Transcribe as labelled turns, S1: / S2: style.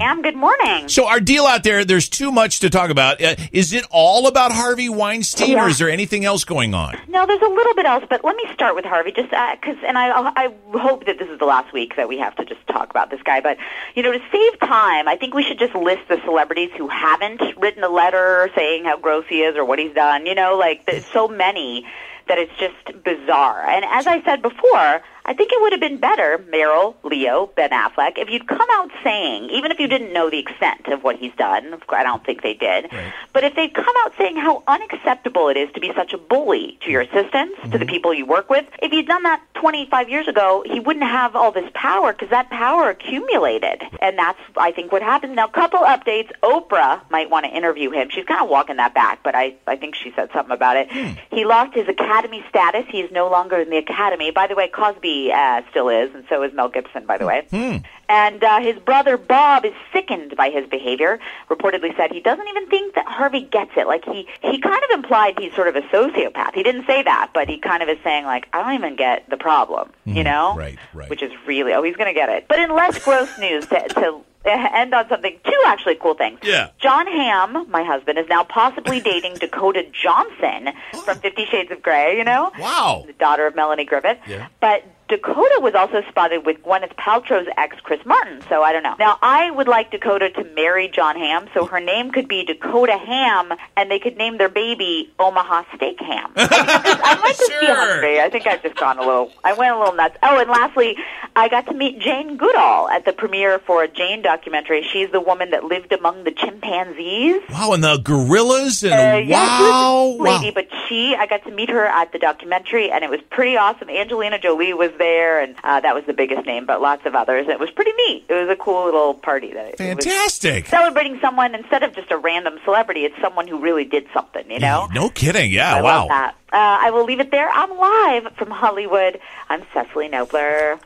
S1: Am, good morning.
S2: So our deal out there, there's too much to talk about. Uh, is it all about Harvey Weinstein, or
S1: Yeah.
S2: is there anything else going on?
S1: No, there's a little bit else, but let me start with Harvey, just because, and I, I hope that this is the last week that we have to just talk about this guy. But you know, to save time, I think we should just list the celebrities who haven't written a letter saying how gross he is or what he's done. You know, like there's so many that it's just bizarre. And as I said before, I think it would have been better, Meryl, Leo, Ben Affleck, if you'd come out saying, even if you didn't know the extent of what he's done, of course, I don't think they did, but if they'd come out saying how unacceptable it is to be such a bully to your assistants, to the people you work with, if you'd done that 25 years ago, he wouldn't have all this power because that power accumulated. And that's, I think, what happened. Now, couple updates. Oprah might want to interview him. She's kind of walking that back, but I, I think she said something about it.
S2: Hmm.
S1: He lost his Academy status. He is no longer in the Academy. By the way, Cosby uh, still is, and so is Mel Gibson, by the way.
S2: Hmm.
S1: And uh, his brother Bob is sickened by his behavior. Reportedly said he doesn't even think that Harvey gets it. Like he he kind of implied he's sort of a sociopath. He didn't say that, but he kind of is saying like I don't even get the problem, you know?
S2: Hmm. right, right.
S1: Which is really oh he's going to get it. But in less gross news to, to end on something two actually cool things.
S2: Yeah.
S1: John Hamm, my husband, is now possibly dating Dakota Johnson from Fifty Shades of Grey. You know?
S2: Wow.
S1: the daughter of Melanie Griffith. But Dakota was also spotted with Gwyneth Paltrow's ex, Chris Martin. So I don't know. Now I would like Dakota to marry John Ham, so her name could be Dakota Ham, and they could name their baby Omaha Steak Ham. I, think I'm just- I might just be
S2: Sure.
S1: hungry. I think I've just gone a little. I went a little nuts. Oh, and lastly, I got to meet Jane Goodall at the premiere for a Jane documentary. She's the woman that lived among the chimpanzees.
S2: Wow, and the gorillas and
S1: Uh, yeah, she
S2: wow,
S1: was a
S2: wow.
S1: lady, but she, I got to meet her at the documentary, and it was pretty awesome. Angelina Jolie was there, and uh, that was the biggest name, but lots of others. It was pretty neat. It was a cool little party. That it was
S2: fantastic.
S1: celebrating someone instead of just a random celebrity. It's someone who really did something, you know.
S2: No kidding. Yeah.
S1: I
S2: wow.
S1: love that. Uh, I will leave it there. I'm live from Hollywood. I'm Cecily Nobler.